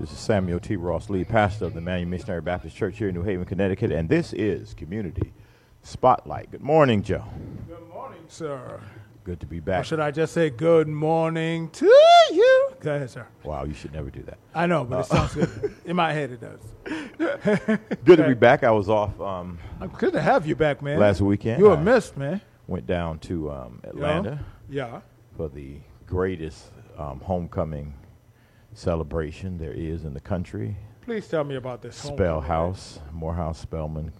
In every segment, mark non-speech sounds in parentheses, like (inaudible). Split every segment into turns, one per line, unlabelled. This is Samuel T. Ross Lee, pastor of the Manual Missionary Baptist Church here in New Haven, Connecticut, and this is Community Spotlight. Good morning, Joe.
Good morning, sir.
Good to be
Or
back.
should I just say good morning to you? Go ahead, sir.
Wow, you should never do that.
I know, but it sounds good. In my head, it does.
Good to be back. I was off um,
I'm good to have you back, man.
last weekend.
You were
I
missed, man.
Went down to um,
You know?
Atlanta
Yeah.
for the greatest um, homecoming celebration there is in the country.
Please tell me about this.
Spell
homecoming.
House, Morehouse Spellman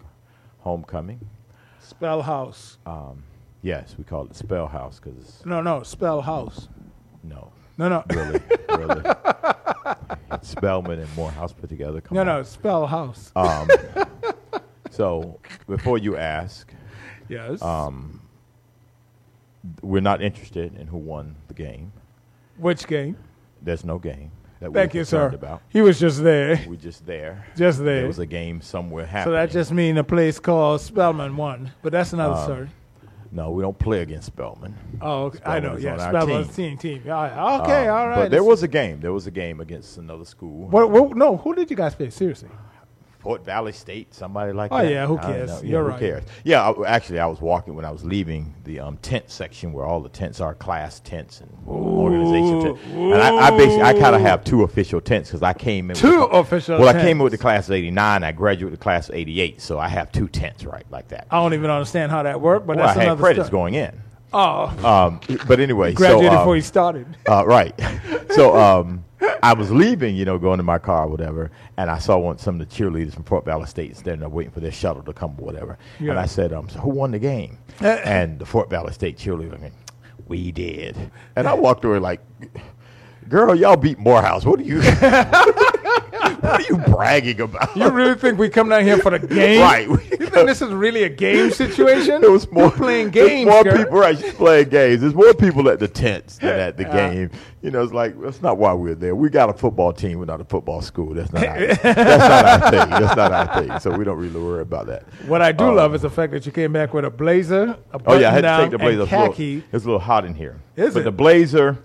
Homecoming.
Spell house.
Uh, Yes, we call it Spell House because,
No, no, spell house.
no,
No, no,
really, really. It's Spellman and Morehouse put together. Come
(laughs) no,
on.
no, spell house.
Um, so before you ask,
yes.
um, we're not interested in who won the game.
Which game?
There's no game that
Thank
we're
you, sir.
concerned about.
He was just there.
We're just there.
Just
There
there.
was a game somewhere
So
happening. Um,
that just means a place called Spellman won, but that's another story.
no. We don't play against Spellman.
Oh, okay. I know.
Spellman's
Yeah,
on our
Spellman's team. team. All right. Okay,
Um,
all right.
But there
Let's-
was a game. There was a game against another school.
What, what, no, who did you guys play? Seriously.
Port Valley State, somebody like
Oh,
that.
yeah, who
I don't
cares?
know. Yeah,
You're
who
right.
cares? Yeah, I, actually, I was walking when I was leaving the um, tent section where all the tents are, class tents and organization tents. And I, I basically, I kind of have two official tents because I came in
Two
with the-
official
Well, I came in
tents.
with the class of '89. I graduated with the class of '88, so I have two tents, right, like that.
I don't even understand how that worked, but
well, I
Oh, that's
had
another
credits
story.
going in.
Oh,
Um, but anyway,
graduated
so, um,
before he started.
uh, right. (laughs) So um, I was leaving, you know, going to my car or whatever, and I saw one some of the cheerleaders from Fort Valley State standing there waiting for their shuttle to come or whatever. And
Yeah. Eh.
I said, um, so who won the game? and the Fort Valley State cheerleader, went, we did. And I walked over like, girl, y'all beat Morehouse. What are you, (laughs) what are you bragging about?
You really think we come down
(laughs)
here for the game?
Right.
You
(laughs)
think this is really a game situation?
It was more
You're playing
there's
games.
More
girl.
people, right? She's playing games. There's more people at the tents than at the
(laughs) Uh,
game. You know, it's like that's not why we're there. We got a football team. We're not a football school. That's not. Our, that's not
(laughs)
our thing. That's not our thing. So we don't really worry about that.
What I do love is the fact that you came back with a blazer, a
Uh, Oh yeah, I had to
button-down,
take the blazer.
and
It's a little-
khaki.
It's a little hot in here.
Is
but
it?
the blazer,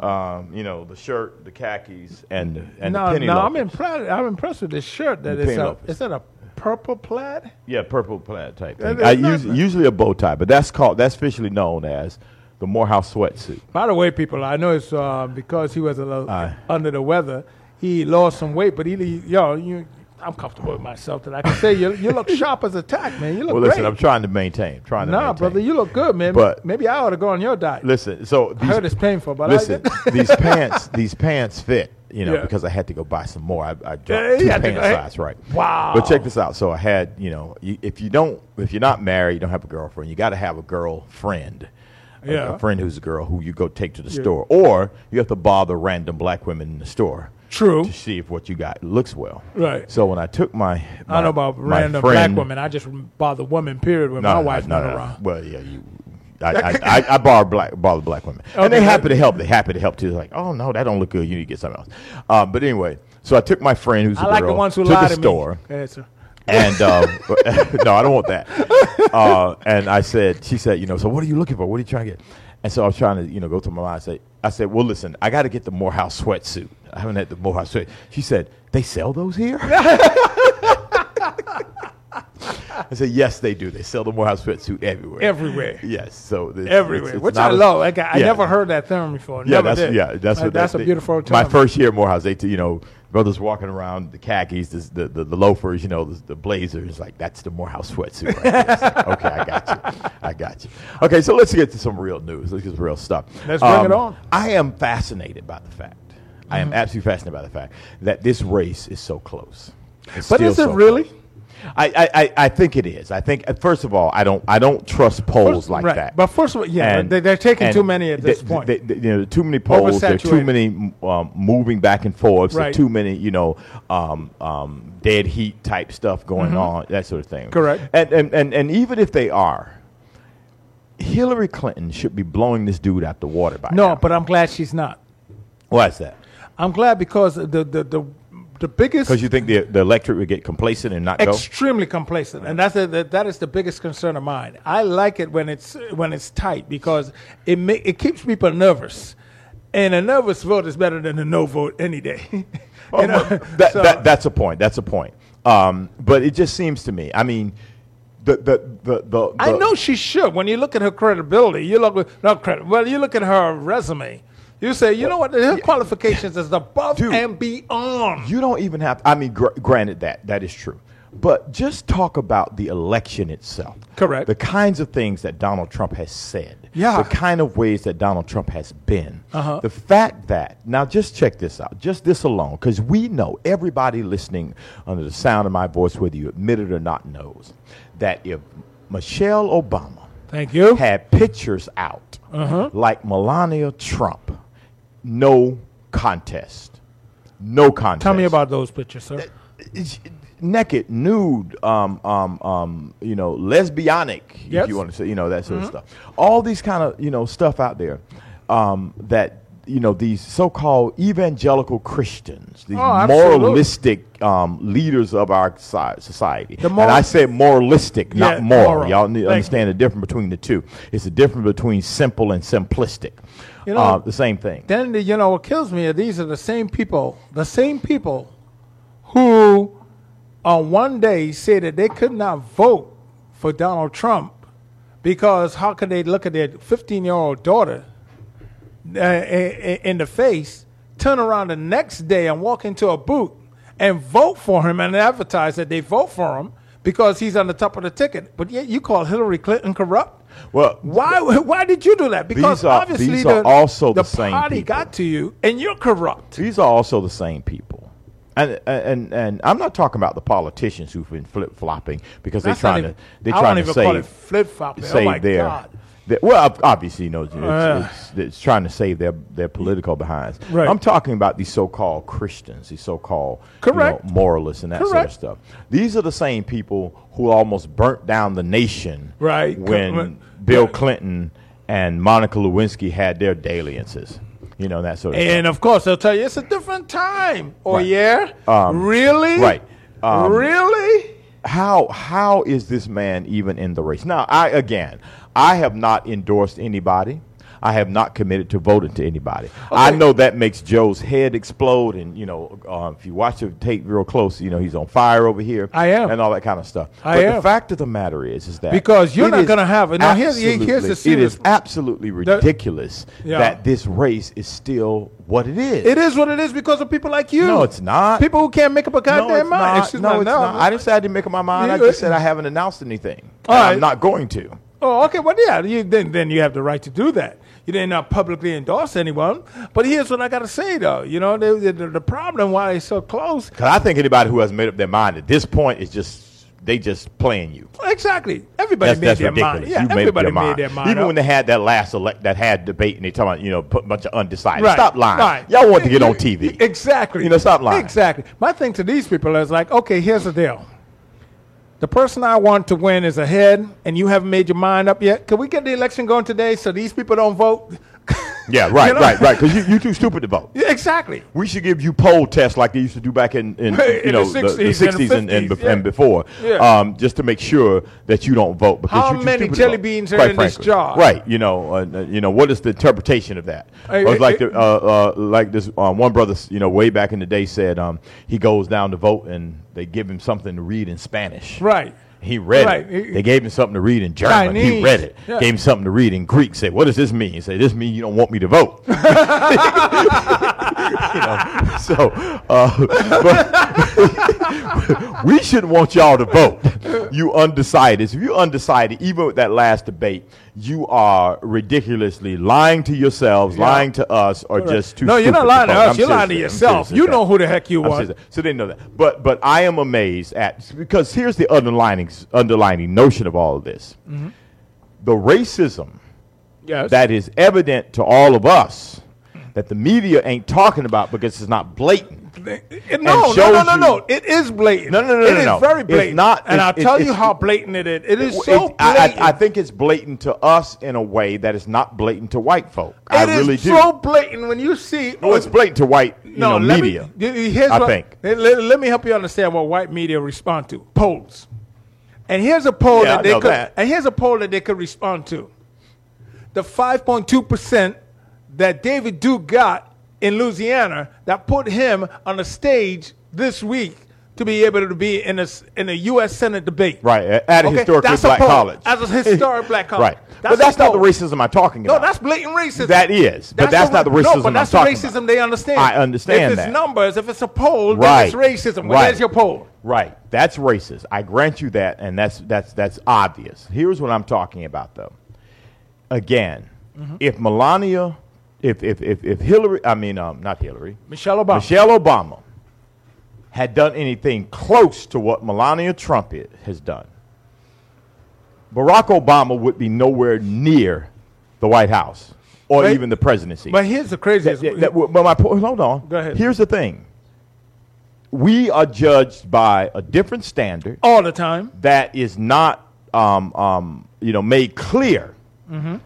um, you know, the shirt, the khakis, and the, and the
No,
penny
no, I'm
loafers.
impressed. I'm impressed with this shirt. That
The
it's
penny
a,
loafers.
is that a purple plaid?
Yeah, purple plaid type
That
thing.
is
I
nice,
use,
man.
usually a bow tie, but that's called that's officially known as the Morehouse sweatsuit.
By the way, people, I know it's uh, because he was a little
Aye.
under the weather. He lost some weight, but he, yo, you, I'm comfortable with myself that I can say you, you look sharp as a tack, man. You look
Well,
great.
listen, I'm trying to maintain. Trying to
nah,
maintain.
brother, you look good, man.
But-
maybe I ought to go on your diet.
Listen, so
I
these,
heard it's painful, but
listen,
I,
these
(laughs)
pants, these pants fit, you know,
Yeah.
because I had to go buy some more. I, I dropped
Yeah,
two
you had to
pant
go- hey.
size, right?
Wow.
But check this out. So I had, you know, you, if you don't, if you're not married, you don't have a girlfriend, you got to have a girlfriend. A-
Yeah.
A friend who's a girl who you go take to the store, or you have to bother random black women in the store.
True.
To see if what you got looks well.
Right.
So when I took my,
I don't know about
my
random
friend-
black women. I just bother women. Period. When
no,
my
no,
wife's
no,
not
no.
around.
Well, yeah, you. I, I, I, I borrow black, borrow the black women, and they
Okay.
happy to help. They happy to help too. They're like, oh no, that don't look good. You need to get something else. Um, but anyway, so I took my friend who's a
I like the
girl
ones who
to
lie
the
to
store,
me. Go ahead, sir.
and um, (laughs) no, I don't want that. Uh, and I said, she said, you know, so what are you looking for? What are you trying to get? And so I was trying to, you know, go through my mind. I said, I said, well, listen, I got to get the Morehouse sweatsuit. I haven't had the Morehouse sweat. She said, they sell those
(laughs)
here. I said, yes, they do. They sell the Morehouse sweatsuit everywhere.
Everywhere.
Yes. So this,
Everywhere,
it's- it's
which I
not a-
love. Like, I, I
Yeah.
never heard that term before.
Yeah,
Never
that's
did.
yeah, that's
Like,
what
that's
they-
a beautiful term.
My first year at Morehouse, they t- you know brothers walking around the khakis, this, the, the the loafers, you know the, the blazers, like that's the Morehouse sweatsuit. Right there. It's like, okay, I got you, I got you. Okay, so let's get to some real news. Let's get some real stuff. Um,
Let's bring it on. Mm-hmm.
I am fascinated by the fact. I am absolutely fascinated by the fact that this race is so close. It's
But
still
is it
so
really?
close. I, I, I- I think it is. I think uh, first of all, I don't I don't trust polls like
right.
that.
But first of all, yeah,
And-
they, they're taking
and
too many at
th-
this point.
th- th- you know, too many polls. There are too
Oversaturated.
many um, moving back and forth. There are
Right.
Too many, you know, um, um, dead heat type stuff going on. That sort of thing.
Mm-hmm. Correct.
And and, and and even if they are, Hillary Clinton should be blowing this dude out the water by
no,
now.
but I'm glad she's not.
why is that?
I'm glad because the the the, the biggest
Because you think the the electorate would get complacent and not go.
extremely complacent, and that's the, the, that is the biggest concern of mine. I like it when it's when it's tight because it ma- it keeps people nervous. And a nervous vote is better than a no vote any day. (laughs) (laughs)
Well,
You know?
Oh, but that,
So-
that, that's a point. That's a point. Um, but it just seems to me. I mean, the the the, the
I
the-
know she should. When you look at her credibility, you look not credit. Well, you look at her resume. You say, you know what? Her qualifications is above
Dude.
and beyond.
You don't even have. I mean, gr- granted that that is true, but just talk about the election itself.
Correct.
The kinds of things that Donald Trump has said.
Yeah.
The kind of ways that Donald Trump has been. Uh-huh. The fact that now, just check this out. Just this alone, because we know everybody listening under the sound of my voice, whether you admit it or not, knows that if Michelle Obama
Thank you.
had pictures out
Uh-huh.
like Melania Trump, no contest. No contest.
Tell me about those pictures, sir.
It's- naked, nude, um, um, um, you know, lesbianic,
Yes. Mm-hmm.
if you want to say, you know, that sort of stuff. All these kind of, you know, stuff out there um, that, you know, these so-called evangelical Christians, these
Oh, absolutely.
moralistic um, leaders of our soci- society.
moral-
and I say moralistic,
Yeah,
not moral.
moral.
Y'all need to
Thank
understand the difference between the two. It's the difference between simple and simplistic.
You know-
uh, the same thing.
Then you know what kills me. Are these are the same people, the same people, who on one day say that they could not vote for Donald Trump because how could they look at their 15 year old daughter uh, in in the face, turn around the next day and walk into a booth and vote for him and advertise that they vote for him because he's on the top of the ticket. But yet you call Hillary Clinton corrupt.
Well,
why (laughs) why did you do that? Because
These are-
obviously
these
the,
are also the same
party
people.
got to you and you're corrupt.
These are also the same people. And, and and I'm not talking about the politicians who've been flip flopping because they're
That's not
trying
even-
to they're
I
trying
won't
to
even call it
save
flip-flopping. Oh
save
my
their,
God.
their- well ob- obviously you know it's,
Yeah.
it's, it's, it's trying to save their their political behinds.
Right.
I'm talking about these so-called Christians, these so-called you know,
Correct.
moralists and that sort of
Correct.
stuff. These are the same people who almost burnt down the nation
Right. Co-
when
right.
Bill
Yeah.
Clinton and Monica Lewinsky had their dalliances. You know that sort of stuff.
And of course they'll tell you it's a different time. Oh
Right.
yeah?
Um,
really?
right. Um,
really?
how how is this man even in the race? Now, I again, I have not endorsed anybody. I have not committed to voting to anybody. I
Okay.
know that makes Joe's head explode, and you know, uh, if you watch the tape real close, you know he's on fire over here.
I am.
and all that kind of stuff.
I
but the
am.
fact of the matter is, is that
Because you're
it
not
is
gonna have it. Now, here's the- here's the
absolutely-
serious-
It is absolutely ridiculous
Yeah.
that this race is still what it is.
It is what it is because of people like you.
No, it's not.
People who can't make up a goddamn
no, it's
mind.
not.
Excuse
no,
my-
it's not. I didn't say I didn't make up my mind. I
You-
just said I haven't announced anything.
All
And
right.
I'm not going to.
Oh, okay. Well, yeah. You, then, then you have the right to do that. You did not publicly endorse anyone. But here's what I got to say, though. You know, they, the, the problem why they're so close.
Because I think anybody who has made up their mind at this point is just they just playing you.
Exactly. Everybody
That's,
made
that's
their
ridiculous.
mind. Yeah,
you made up
everybody
your
made
mind.
their mind.
Even
up.
when they had that last elect, that had debate, and they talking about you know put a bunch of undecided.
Right.
Stop lying.
Right.
Y'all want to get
You-
on
you-
TV.
Exactly.
You know, stop lying.
Exactly. My thing to these people is like, okay, here's the deal. The person I want to win is ahead, and you haven't made your mind up yet. Can we get the election going today so these people don't vote? (laughs)
Yeah, right,
You know?
right, right. Because you you too stupid to vote.
Yeah, exactly.
We should give you poll tests like they used to do back in, in you
In the
know
60s and the
sixties and and,
50s,
bef- and
yeah.
before,
Yeah.
um, just to make sure that you don't vote because
How
you're too
many
stupid to
jelly
vote,
beans are
quite
in this
frankly.
jar?
Right, you know, uh, uh, you know what is the interpretation of that?
Hey,
It was
hey,
like
hey.
the, uh, uh, like this uh, one brother, you know, way back in the day said um, he goes down to vote and they give him something to read in Spanish.
Right.
He read
Right.
it. They gave him something to read in German. He
Chinese.
read it.
Yeah.
Gave him something to read in Greek. Say, what does this mean? He said, this means you don't want me to vote. (laughs) So, (laughs) uh, but we shouldn't want y'all to vote. You undecided. If you undecided, even with that last debate, you are ridiculously lying to yourselves, lying to us, or just too.
No, you're not
stupid
lying to
vote.
us.
I'm
you're lying to
serious. I'm
yourself.
serious.
You know who the heck you
I'm
are.
serious. So they didn't know that. But but I am amazed at because here's the underlining underlining notion of all of this:
Mm-hmm.
the racism
Yes.
that is evident to all of us that the media ain't talking about because it's not blatant.
It- no, no, no,
shows
no,
you-
no. It is blatant.
No, no, no,
It
no,
is
no.
very
It's
blatant.
not-
and
it's-
I'll
it's-
tell you
it's-
how blatant it is. It is
Well,
so
it- I,
blatant.
I, I think it's blatant to us in a way that is not blatant to white folk. I
It is
really do.
so blatant when you see.
no, it's blatant to white you know,
let me-
media.
y- y- here's
I
what-
think.
Let, let- let me help you understand what white media respond to polls. And here's a poll
Yeah, I
that they
know
could.
that.
And here's a poll that they could respond to. The 5.2 percent that David Duke got in Louisiana that put him on the stage this week to be able to be in a, s- in a U.S. Senate debate.
Right, a- at a historically
that's
black
poll.
college.
As a historic
(laughs)
black college.
Right. but
a
that's not the
poll.
racism I'm talking
No,
about.
that's blatant racism.
That is, but that's not the
No,
racism
but
I'm
that's
talking
the racism
about.
they understand.
I understand
If it's
that.
numbers, if it's a poll,
Right.
then it's racism. Well,
Right.
there's your poll.
Right. That's racist. I grant you that, and that's that's that's obvious. Here's what I'm talking about though. Again,
Mm-hmm.
if Melania if if if, if Hillary I mean um not Hillary,
Michelle Obama.
Michelle Obama had done anything close to what Melania Trump i- has done, Barack Obama would be nowhere near the White House or
But-
even the presidency.
But here's the
That-
craziest.
that- that- but my point, hold on.
Go ahead.
Here's the thing. We are judged by a different standard
all the time.
that is not, um, um, you know, made clear,
Mm-hmm.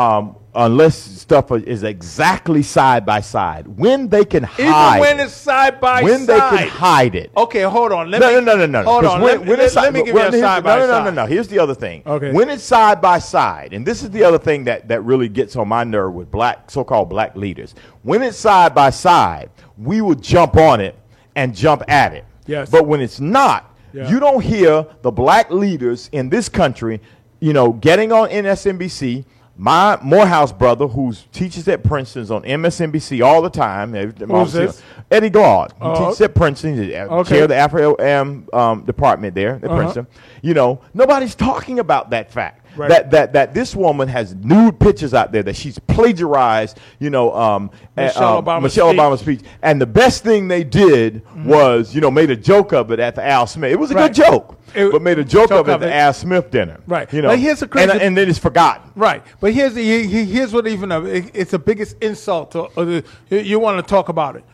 um, unless stuff is exactly side by side. When they can
Even
hide,
when
it.
it's side by
when
side.
they can hide it.
Okay, hold on. Let
No, no,
me,
no, no, no.
Hold
'Cause
on.
when-
let,
when
let-
it's side-
let me give
when-
you a
here's-
side by
no, no,
side.
No, no, no. Here's the other thing.
Okay.
When it's side by side, and this is the other thing that, that really gets on my nerve with black so-called black leaders. When it's side by side, we will jump on it and jump at it.
Yes.
But when it's not,
Yeah.
you don't hear the black leaders in this country, you know, getting on MSNBC. My Morehouse brother, who teaches at Princeton's on MSNBC all the time,
Who's this?
Eddie Gard, who
Oh,
teaches at Princeton, he's a-
Okay.
chair of the Afro AM um, department there at
Uh-huh.
Princeton. You know, nobody's talking about that fact.
Right.
That, that that this woman has nude pictures out there that she's plagiarized, you know, um, a-
Michelle
um,
Obama's
Michelle
speech. Mm-hmm.
Obama's speech. And the best thing they did was, you know, made a joke of it at the Al Smith. It was a
Right.
good joke,
It-
but made a joke,
joke
of it at
of
the
it.
Al Smith dinner.
Right.
You know,
But here's the
and,
crazy-
and then it's forgotten.
Right, but here's the, he- he- here's what even uh, it- it's the biggest insult to uh, the- you- you want to talk about it.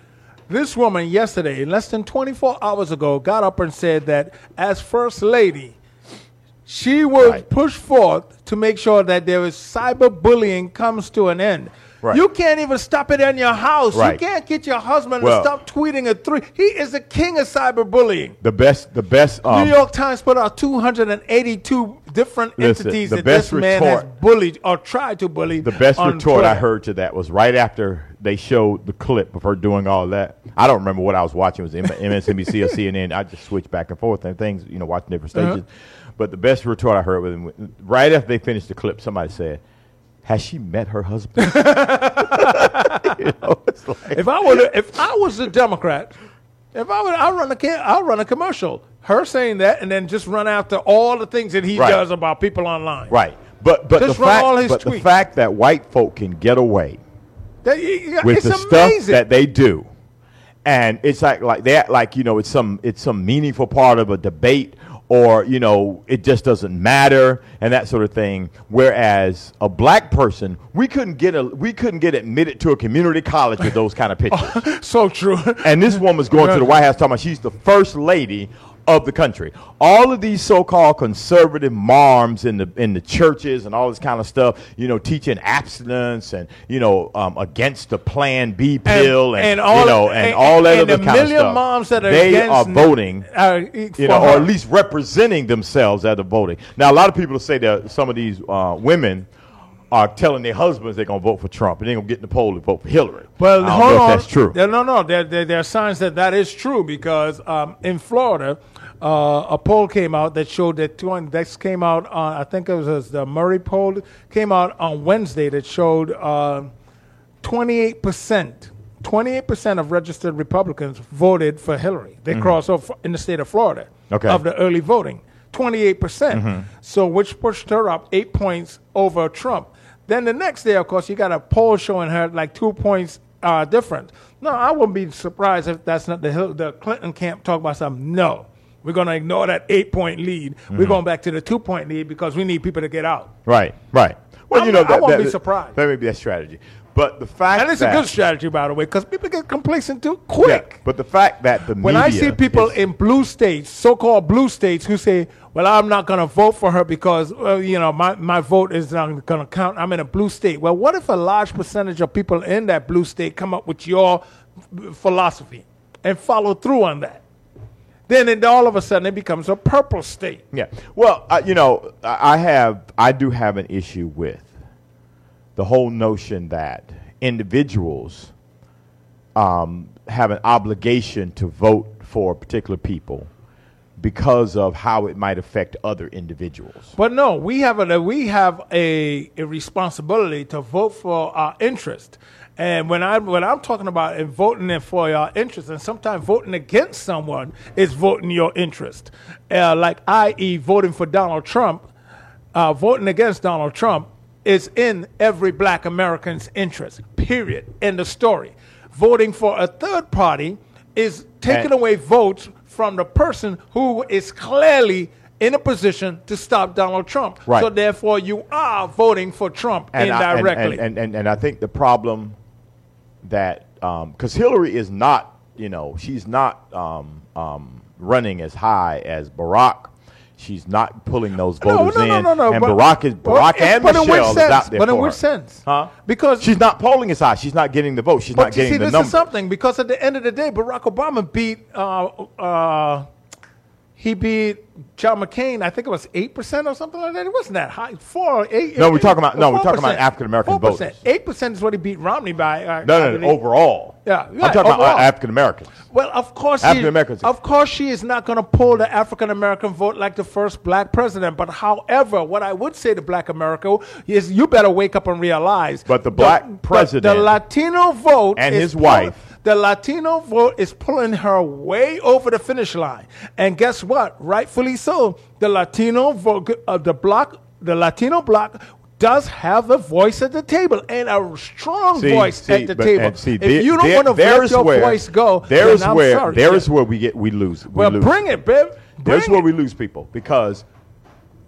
This woman yesterday, less than 24 hours ago, got up and said that as first lady, she will
Right.
push forth to make sure that there is cyberbullying comes to an end.
Right.
You can't even stop it in your house.
Right.
You can't get your husband
Well-
to stop tweeting at three. He is the king of cyberbullying.
The best, the best. Um,
New York Times put out 282 different
Listen,
entities
the
that
best
this man has
retort-
bullied or tried to bully.
The best
on
retort I
Twitter.
heard to that was right after they showed the clip of her doing all that. I don't remember what I was watching. It was M-
(laughs)
MSNBC or CNN. I just switched back and forth and things, you know, watching different
Uh-huh.
stations. But the best retort I heard was when- right after they finished the clip, somebody said, "Has she met her
(laughs)
husband?" You know, it's like-
If I were, if I was a Democrat, if I would, I run a, ca- I'll run a commercial. Her saying that, and then just run after all the things that he
Right.
does about people online.
right. But but, the
Just run
fact,
all his
but the
tweets.
fact that white folk can get away
That- y- y-
with
it's
the
amazing.
stuff that they do. And it's like like that like you know it's some it's some meaningful part of a debate or you know it just doesn't matter and that sort of thing whereas a black person we couldn't get a we couldn't get admitted to a community college with those
(laughs)
kind of pictures.
(laughs) so true. (laughs)
and this woman's going to the White House talking about she's the first lady of the country. All of these so-called conservative marms in the in the churches and all this kind of stuff, you know, teaching abstinence and you know um, against the Plan B pill and,
and all-
you know and,
and-
all that
and
other
the
kind of
million
stuff.
moms that are
they
against
are
n-
voting
Uh,
you
for
know, or
her.
at least representing themselves at the voting. Now, a lot of people say that some of these uh, women are telling their husbands they're going to vote for Trump and they're going to get in the poll and vote for Hillary.
Well,
I don't
hold
know
on.
if that's true.
There, no, no. There, there, there are signs that that is true because um, in Florida, uh, a poll came out that showed that 200, that came out on, I think it was the Murray poll, came out on Wednesday that showed uh, 28%, 28% of registered Republicans voted for Hillary. They crossed off in the state of Florida
Mm-hmm. Okay. Mm-hmm.
of the early voting, 28%. percent So, which pushed her up eight points over Trump. Then the next day, of course, you got a poll showing her like two points uh, different. No, I wouldn't be surprised if that's not the, Hil- the Clinton camp talk about something. No, we're going to ignore that eight point lead.
Mm-hmm.
We're going back to the two point lead because we need people to get out.
Right, right. Well,
I'm
you know,
not- I
that,
won't
that-
be surprised.
That may be a strategy. But the fact
And it's a
that,
good strategy, by the way, because people get complacent too
yeah,
quick.
but the fact that the
When I
media
see people
is-
in blue states, so-called blue states, who say, "Well, I'm not going to vote for her because well, you know my, my vote is not going to count. I'm in a blue state." Well, what if a large percentage of people in that blue state come up with your philosophy and follow through on that? Then it, all of a sudden it becomes a purple state.
Yeah. Well, I, you know, I I have, I do have an issue with the whole notion that individuals um, have an obligation to vote for particular people because of how it might affect other individuals.
But no, we have a we have a, a responsibility to vote for our interest. And when I when I'm talking about in voting in for your interest, and sometimes voting against someone is voting your interest, uh, like i.e. voting for Donald Trump, uh, voting against Donald Trump is in every Black American's interest. Period. End of story. Voting for a third party is taking
And-
away votes from the person who is clearly in a position to stop Donald Trump.
Right.
So therefore, you are voting for Trump
I, and,
indirectly.
and, and, and, and I think the problem that because Hillary is not, you know, she's not um, um, running as high as Barack. She's not pulling those voters
no, no,
in.
no, no,
and
but-
Barack is
but
Barack
in-
and
but in which
Michelle is
sense?
out there
But in
for
which
her.
sense?
Huh?
Because-
she's not polling as high. She's not getting the vote. She's not
But you
getting
see,
the
this
number.
is something because at the end of the day, Barack Obama beat uh, uh, he beat John McCain. I think it was eight percent or something like that. It wasn't that high. Four, eight.
No, we're talking about- no, we're talking about African-American voters.
Eight percent is what he beat Romney by. uh,
no,
I
no, no,
believe.
overall.
Yeah,
I'm
right,
talking about uh,
overall.
African Americans.
Well, of course, she-
African Americans.
Of course, she is not going to pull the African American vote like the first black president. But however, what I would say to Black America is, you better wake up and realize.
But the black president
the, Latino vote,
and
is
his wife-
the Latino vote is pulling her way over the finish line. And guess what? Rightfully so, the Latino vote, uh, the block, the Latino block. Does have a voice at the table and a strong
See,
voice
see,
at the
but-
table.
and see,
if
there-
you don't
there-
want to
there
let
is
your
where-
voice go,
There
then
is
I'm
where
sorry.
there is where we get we lose. We
Well,
lose.
bring it, babe. Bring
That's where
it.
we lose people because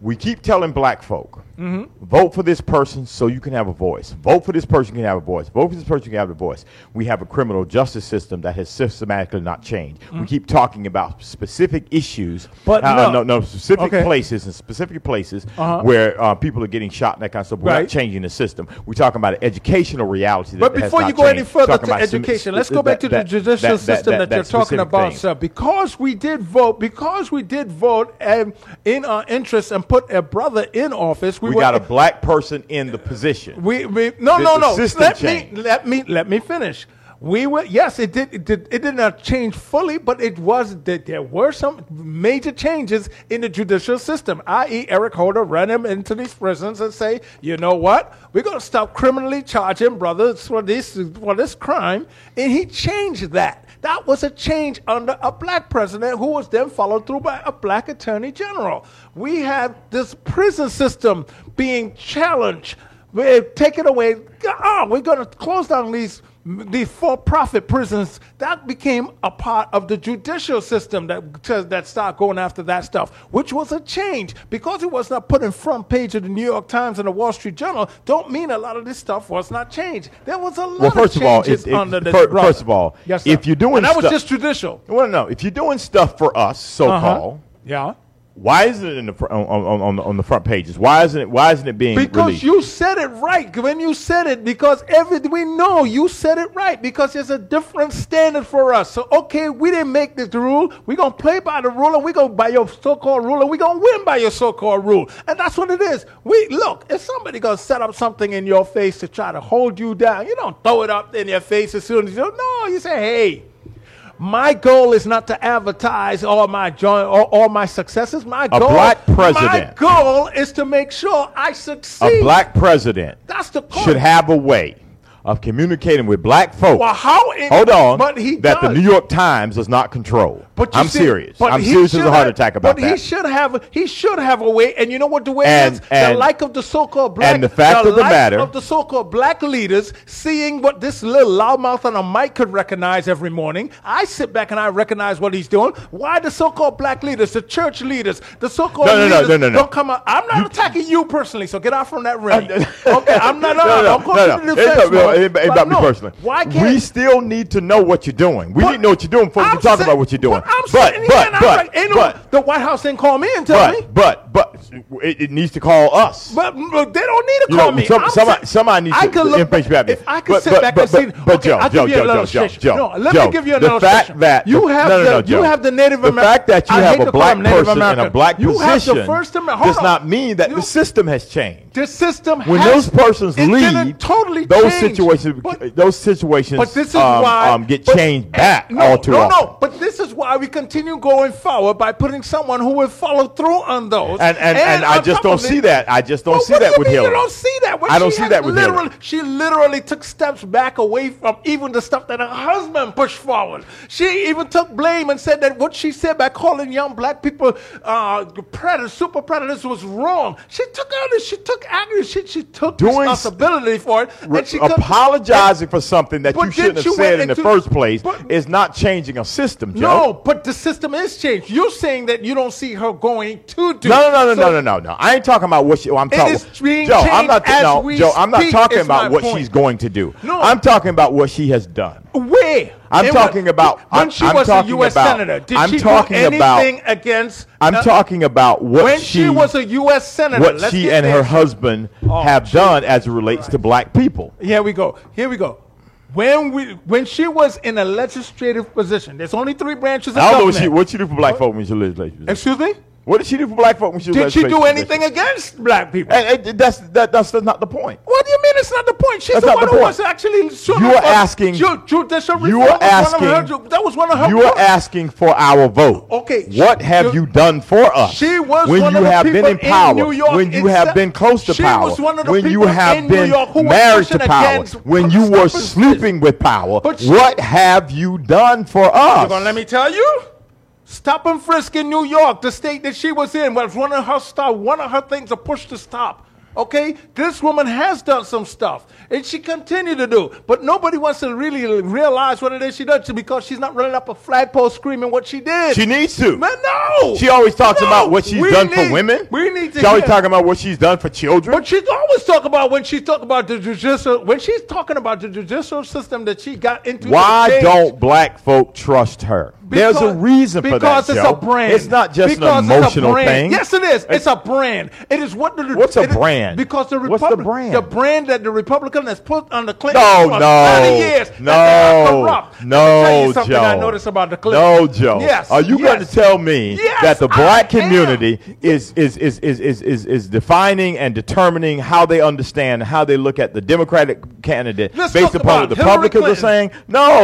we keep telling black folk,
Mm-hmm.
vote for this person so you can have a voice. Vote for this person you can have a voice. Vote for this person you can have a voice. We have a criminal justice system that has systematically not changed. We keep talking about specific issues,
Mm-hmm. But
uh,
no.
no, no, specific
Okay.
places and specific places
Uh-huh.
where uh, people are getting shot and that kind of stuff. We're
Right.
not changing the system. We're talking about an educational reality. that
But
has
before
not
you go any
changed.
further
Talking
to
about some-
education, let's
that-
go back to the
that-
judicial system that, you're talking
specific
about,
thing.
sir. Because we did vote, because we did vote um, in our interest and put a brother in office, we,
We
were
got a black person in the position.
We, we no
Did
no
the
no.
system
Let
change?
me let me let me finish. We were yes, it did it did it did not change fully, but it was that there were some major changes in the judicial system. I.e., Eric Holder ran him into these prisons and say, you know what, we're going to stop criminally charging brothers for this for this crime, and he changed that. That was a change under a black president who was then followed through by a black attorney general. We had this prison system being challenged we're taking eh, away. Oh, we're going to close down these these for-profit prisons. That became a part of the judicial system that that started going after that stuff, which was a change because it was not put in front page of the New York Times and the Wall Street Journal. Don't mean a lot of this stuff was not changed. There was a lot
Well, first
of
of all,
changes
it- it-
under the
fir-
brother.
first of all,
yes, sir.
if you're doing
and that was
stuff-
just judicial. Uh-huh.
Well, no, if you're doing stuff for us, so called,
Yeah.
why isn't it in the fr- on, on, on, on the front pages? Why isn't it? Why isn't it being
Because
released?
you said it right when you said it. Because every we know you said it right. Because there's a different standard for us. So okay, we didn't make this rule. We're gonna play by the rule, and we go by your so-called rule, and we're gonna win by your so-called rule. And that's what it is. We look. If somebody gonna set up something in your face to try to hold you down, you don't throw it up in their face as soon as you no. You say, hey. My goal is not to advertise all my joint or all my successes. My goal,
black
My
president.
goal is to make sure I succeed.
a black president
That's the point.
should have a way of communicating with black folk.
Well, how? In,
Hold on,
But he
that
does.
the New York Times does not control.
But you
I'm
see-
serious.
but
I'm
he
serious as a
should
heart
have-
attack about
but
that.
he should have. He should have a way. And you know what the way
And-
is? the
and-
like of the so-called black.
and the fact of the
like
matter-
of the so-called black leaders seeing what this little loudmouth on a mic could recognize every morning. I sit back and I recognize what he's doing. Why the so-called black leaders, the church leaders, the so-called
No, no, no,
leaders
no, no, no.
don't come out? I'm not attacking you personally, so get out from
(laughs)
that ring.
Uh,
okay, I'm not.
(laughs)
No,
no, no,
I'm going
no,
to
no.
the
It's
defense.
not- no,
mode,
it ain't
but
about me
no.
personally.
Why can't
we still need to know what you're doing? We
But-
need to know what you're doing before we
I'm
can talk
sit-
about what you're doing.
But I'm
but,
sitting here
but,
and I'm
but,
(laughs) like, ain't no-
but,
the White House didn't call me and tell
but,
me.
but, but, But it, it needs to call us.
But, but they don't need to
You
call
know,
me.
some-
I'm
somebody-
sa-
somebody needs
I
to
could look
information
back-
back
If
there.
I could
But-
sit
but-
back
but-
and see,
but
okay,
Joe,
I'll
Joe,
give you
Joe,
an
Joe,
illustration.
Joe, Joe,
no, let
Joe,
me give you an
the
illustration.
fact that-
you
the-
have
no, no,
the,
no,
you
Joe.
have the Native
The
American.
fact that you
I
have
hate
a
to call
black
them Native
person in
American.
a black
you
position
have the First Amendment. Hold
does
on.
not mean that
You-
the system has changed.
This system
When
has,
those persons
it didn't
leave,
totally
those
change.
situations,
But-
those situations,
But this is
um,
why
um, get
but- eh,
changed back
no,
all too
no,
often.
No, But this is why we continue going forward by putting someone who will follow through on those.
And and, and, I
on
just
top
don't
of it-
see that. I just don't
Well,
see
what do
that
you
with
mean
Hillary.
You don't see that. When
I don't
she
see
had
that with Hillary.
literally- She literally took steps back away from even the stuff that her husband pushed forward. She even took blame and said that what she said by calling young black people uh, predators, super predators, was wrong. She took out it. She took action. She, she took
Doing s-
responsibility for it.
Re-
and she couldn't-
apologizing for something that
But
you shouldn't have
didn't you
said
went
in the
into-
first place
but-
is not changing a system, Joe.
No, but the system is changed. You're saying that you don't see her going to do.
No, no, no, no,
So-
no, no, no, no. I ain't talking about what she. Well, I'm
It
talking.
is being
Joe, I'm
changed
not.
as
no,
we
Joe, I'm not
speak
talking
is my
about what
point.
she's going to do.
No.
I'm talking about what she has done.
Where?
I'm
And
talking
when-
about-
when
I'm-
she
I'm
was a
talking
U.S.
about-
senator. Did
I'm
she
talking
do
about-
anything against?
I'm
uh,
talking about what
when she, was a U.S. senator.
what
Let's
she
get
and
there.
her husband
Oh,
have done as it relates to black people.
Here we go. Here we go. When we when she was in a legislative position, there's only three branches of
I don't know
government.
what she what she do for black folk when she legislated.
Excuse me.
What did she do for black folk when she
Did she do
legislated?
anything against black people?
And, and that's that, that's not the point.
What do you mean it's not the point? She's
That's
the
not
one
the
who
point.
was actually sort
You
of
are
a
asking-
ju- judicial reform.
you are
was one of her
asking-
ju- that was one of her.
You are
points.
asking for our vote.
Okay,
What
she-
have
you-
you done for us?
She was
when
one
you
of the
have been
people
in power,
New York
when you have
itself-
been close to
she
power,
was one of the
when you
people
have
in New
been
York who was
married to
pushing
power,
against
when you were
stop and-
sleeping with power.
But she-
what have you done for us?
You're gonna let me tell you? Stop and frisk in New York, the state that she was in, was one of her stop, one of her things to push to stop. Okay, this woman has done some stuff, and she continued to do. But nobody wants to really realize what it is she does because she's not running up a flagpole screaming what she did.
she needs to.
Man, no.
She always talks
No.
about what she's
We
done
need-
for women.
We need to.
She always
hear-
talking about what she's done for children.
But she's always talking about when she's talking about the judicial when she's talking about the judicial system that she got into. to
Why
change.
don't black folk trust her? There's a
Because-
reason for that.
Because it's
Joe.
a brand.
It's not just
Because
an
it's a
emotional
brand.
thing.
Yes, it is. It's a brand. It is what the
What's a
it is-
brand?
because the
What's the
Republic,
brand?
the brand that the Republican has put on the Clinton
No,
for
no,
30 years. that
no,
they are corrupt.
no,
Let me tell you something I
Joe.
noticed about the Clinton.
No, Joe.
Yes.
Are you
yes.
going to tell me
Yes,
that the
I
black
am.
community is is, is, is, is is is defining and determining how they understand how they look at the Democratic candidate
Let's
based
talk
upon what
about
the
Hillary
Republicans are saying?
Clinton.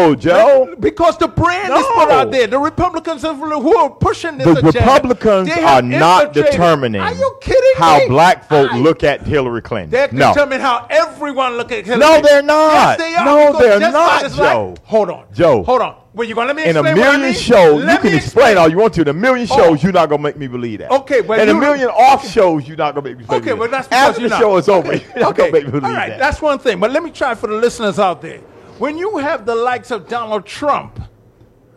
No, Joe.
Because the brand is
No.
put out there. The Republicans are- who are pushing this
The
agenda,
Republicans
they
are
have
not
infiltrated.
determining
Are you kidding
how
me?
black folk
I-
look at Hillary Clinton.
They
no.
determine how everyone look at Hillary.
No, they're not.
Yes, they are.
No,
because
they're
just by
not,
this life-
Joe.
Hold on,
Joe.
Hold on. Well, you gonna let me
in a
explain
million
what I mean?
shows,
Let
you
me
can explain all you want to. In a million
Oh.
shows, you're not gonna make me believe that.
Okay, well,
in a
you-
million off shows, you're not gonna make me believe
Okay,
that.
well that's because
after
you're
the
not.
show is over.
Okay,
(laughs) You're not
okay.
gonna make me believe
all right,
that.
that's one thing. But let me try for the listeners out there. When you have the likes of Donald Trump,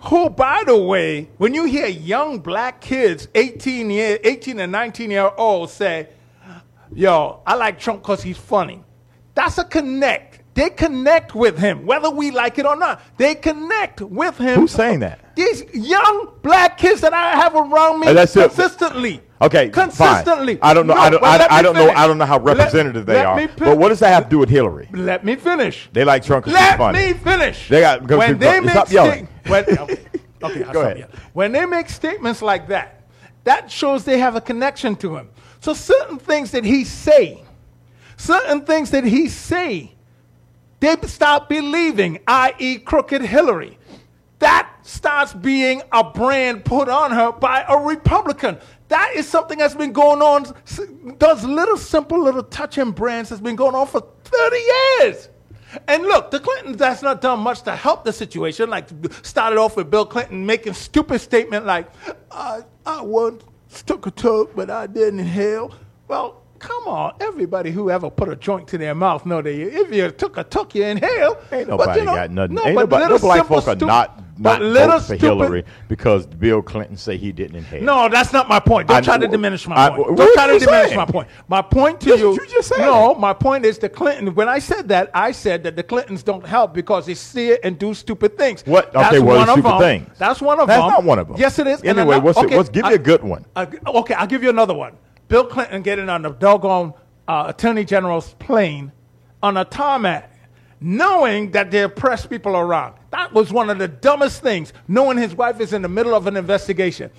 who, by the way, when you hear young black kids, 18 year, 18 and 19 year olds say, yo, I like Trump because he's funny. That's a connect. They connect with him, whether we like it or not. They connect with him.
Who's saying that?
These young black kids that I have around me
And that's it.
consistently.
Okay, fine.
consistently.
I don't know. I don't.
but
I,
let
I
me
don't know.
finish.
I don't know how
Let-
representative they
let
are.
me fin-
but what does that have to do with Hillary?
Let me finish.
They like Trump because he's
Let
funny.
me finish.
They got- go-
when
go-
they make
stop yelling. (laughs)
sta- when, okay, I'll stop
ahead.
yelling. When they make statements like that, that shows they have a connection to him. So certain things that he say, certain things that he say, they stop believing, i.e., crooked Hillary. That starts being a brand put on her by a Republican. That is something that's been going on. s- Those little simple little touching brands has been going on for 30 years. And look, the Clintons that's not done much to help the situation. Like started off with Bill Clinton making stupid statement like, I, I once took a tub, but I didn't inhale. Well, Come on, everybody who ever put a joint to their mouth know that you, if you took a took, you inhale.
Ain't
But,
nobody
you know,
got nothing.
No,
Ain't
but
nobody.
little
No black
simple
folk are
stu-
not
but
not
little
vote for
stupid-
Hillary because Bill Clinton say he didn't inhale.
No, that's not my point. Don't
I-
try to diminish my
I-
point.
what
Don't try
you
to diminish
saying?
my point. My point to
That's
you.
what you just said.
No, my point is the Clinton. When I said that, I said that the Clintons don't help because they see it and do stupid things.
What?
That's
okay, what
one
are
of
stupid
them.
things?
That's one of
That's
them.
not one of them.
Yes, it is. And
Anyway,
another-
what's it?
Uh, okay,
What's? Give me
I-
a good one.
I- okay, I'll give you another one. Bill Clinton getting on the doggone uh, attorney general's plane on a tarmac, knowing that there are press people around. That was one of the dumbest things, knowing his wife is in the middle of an investigation.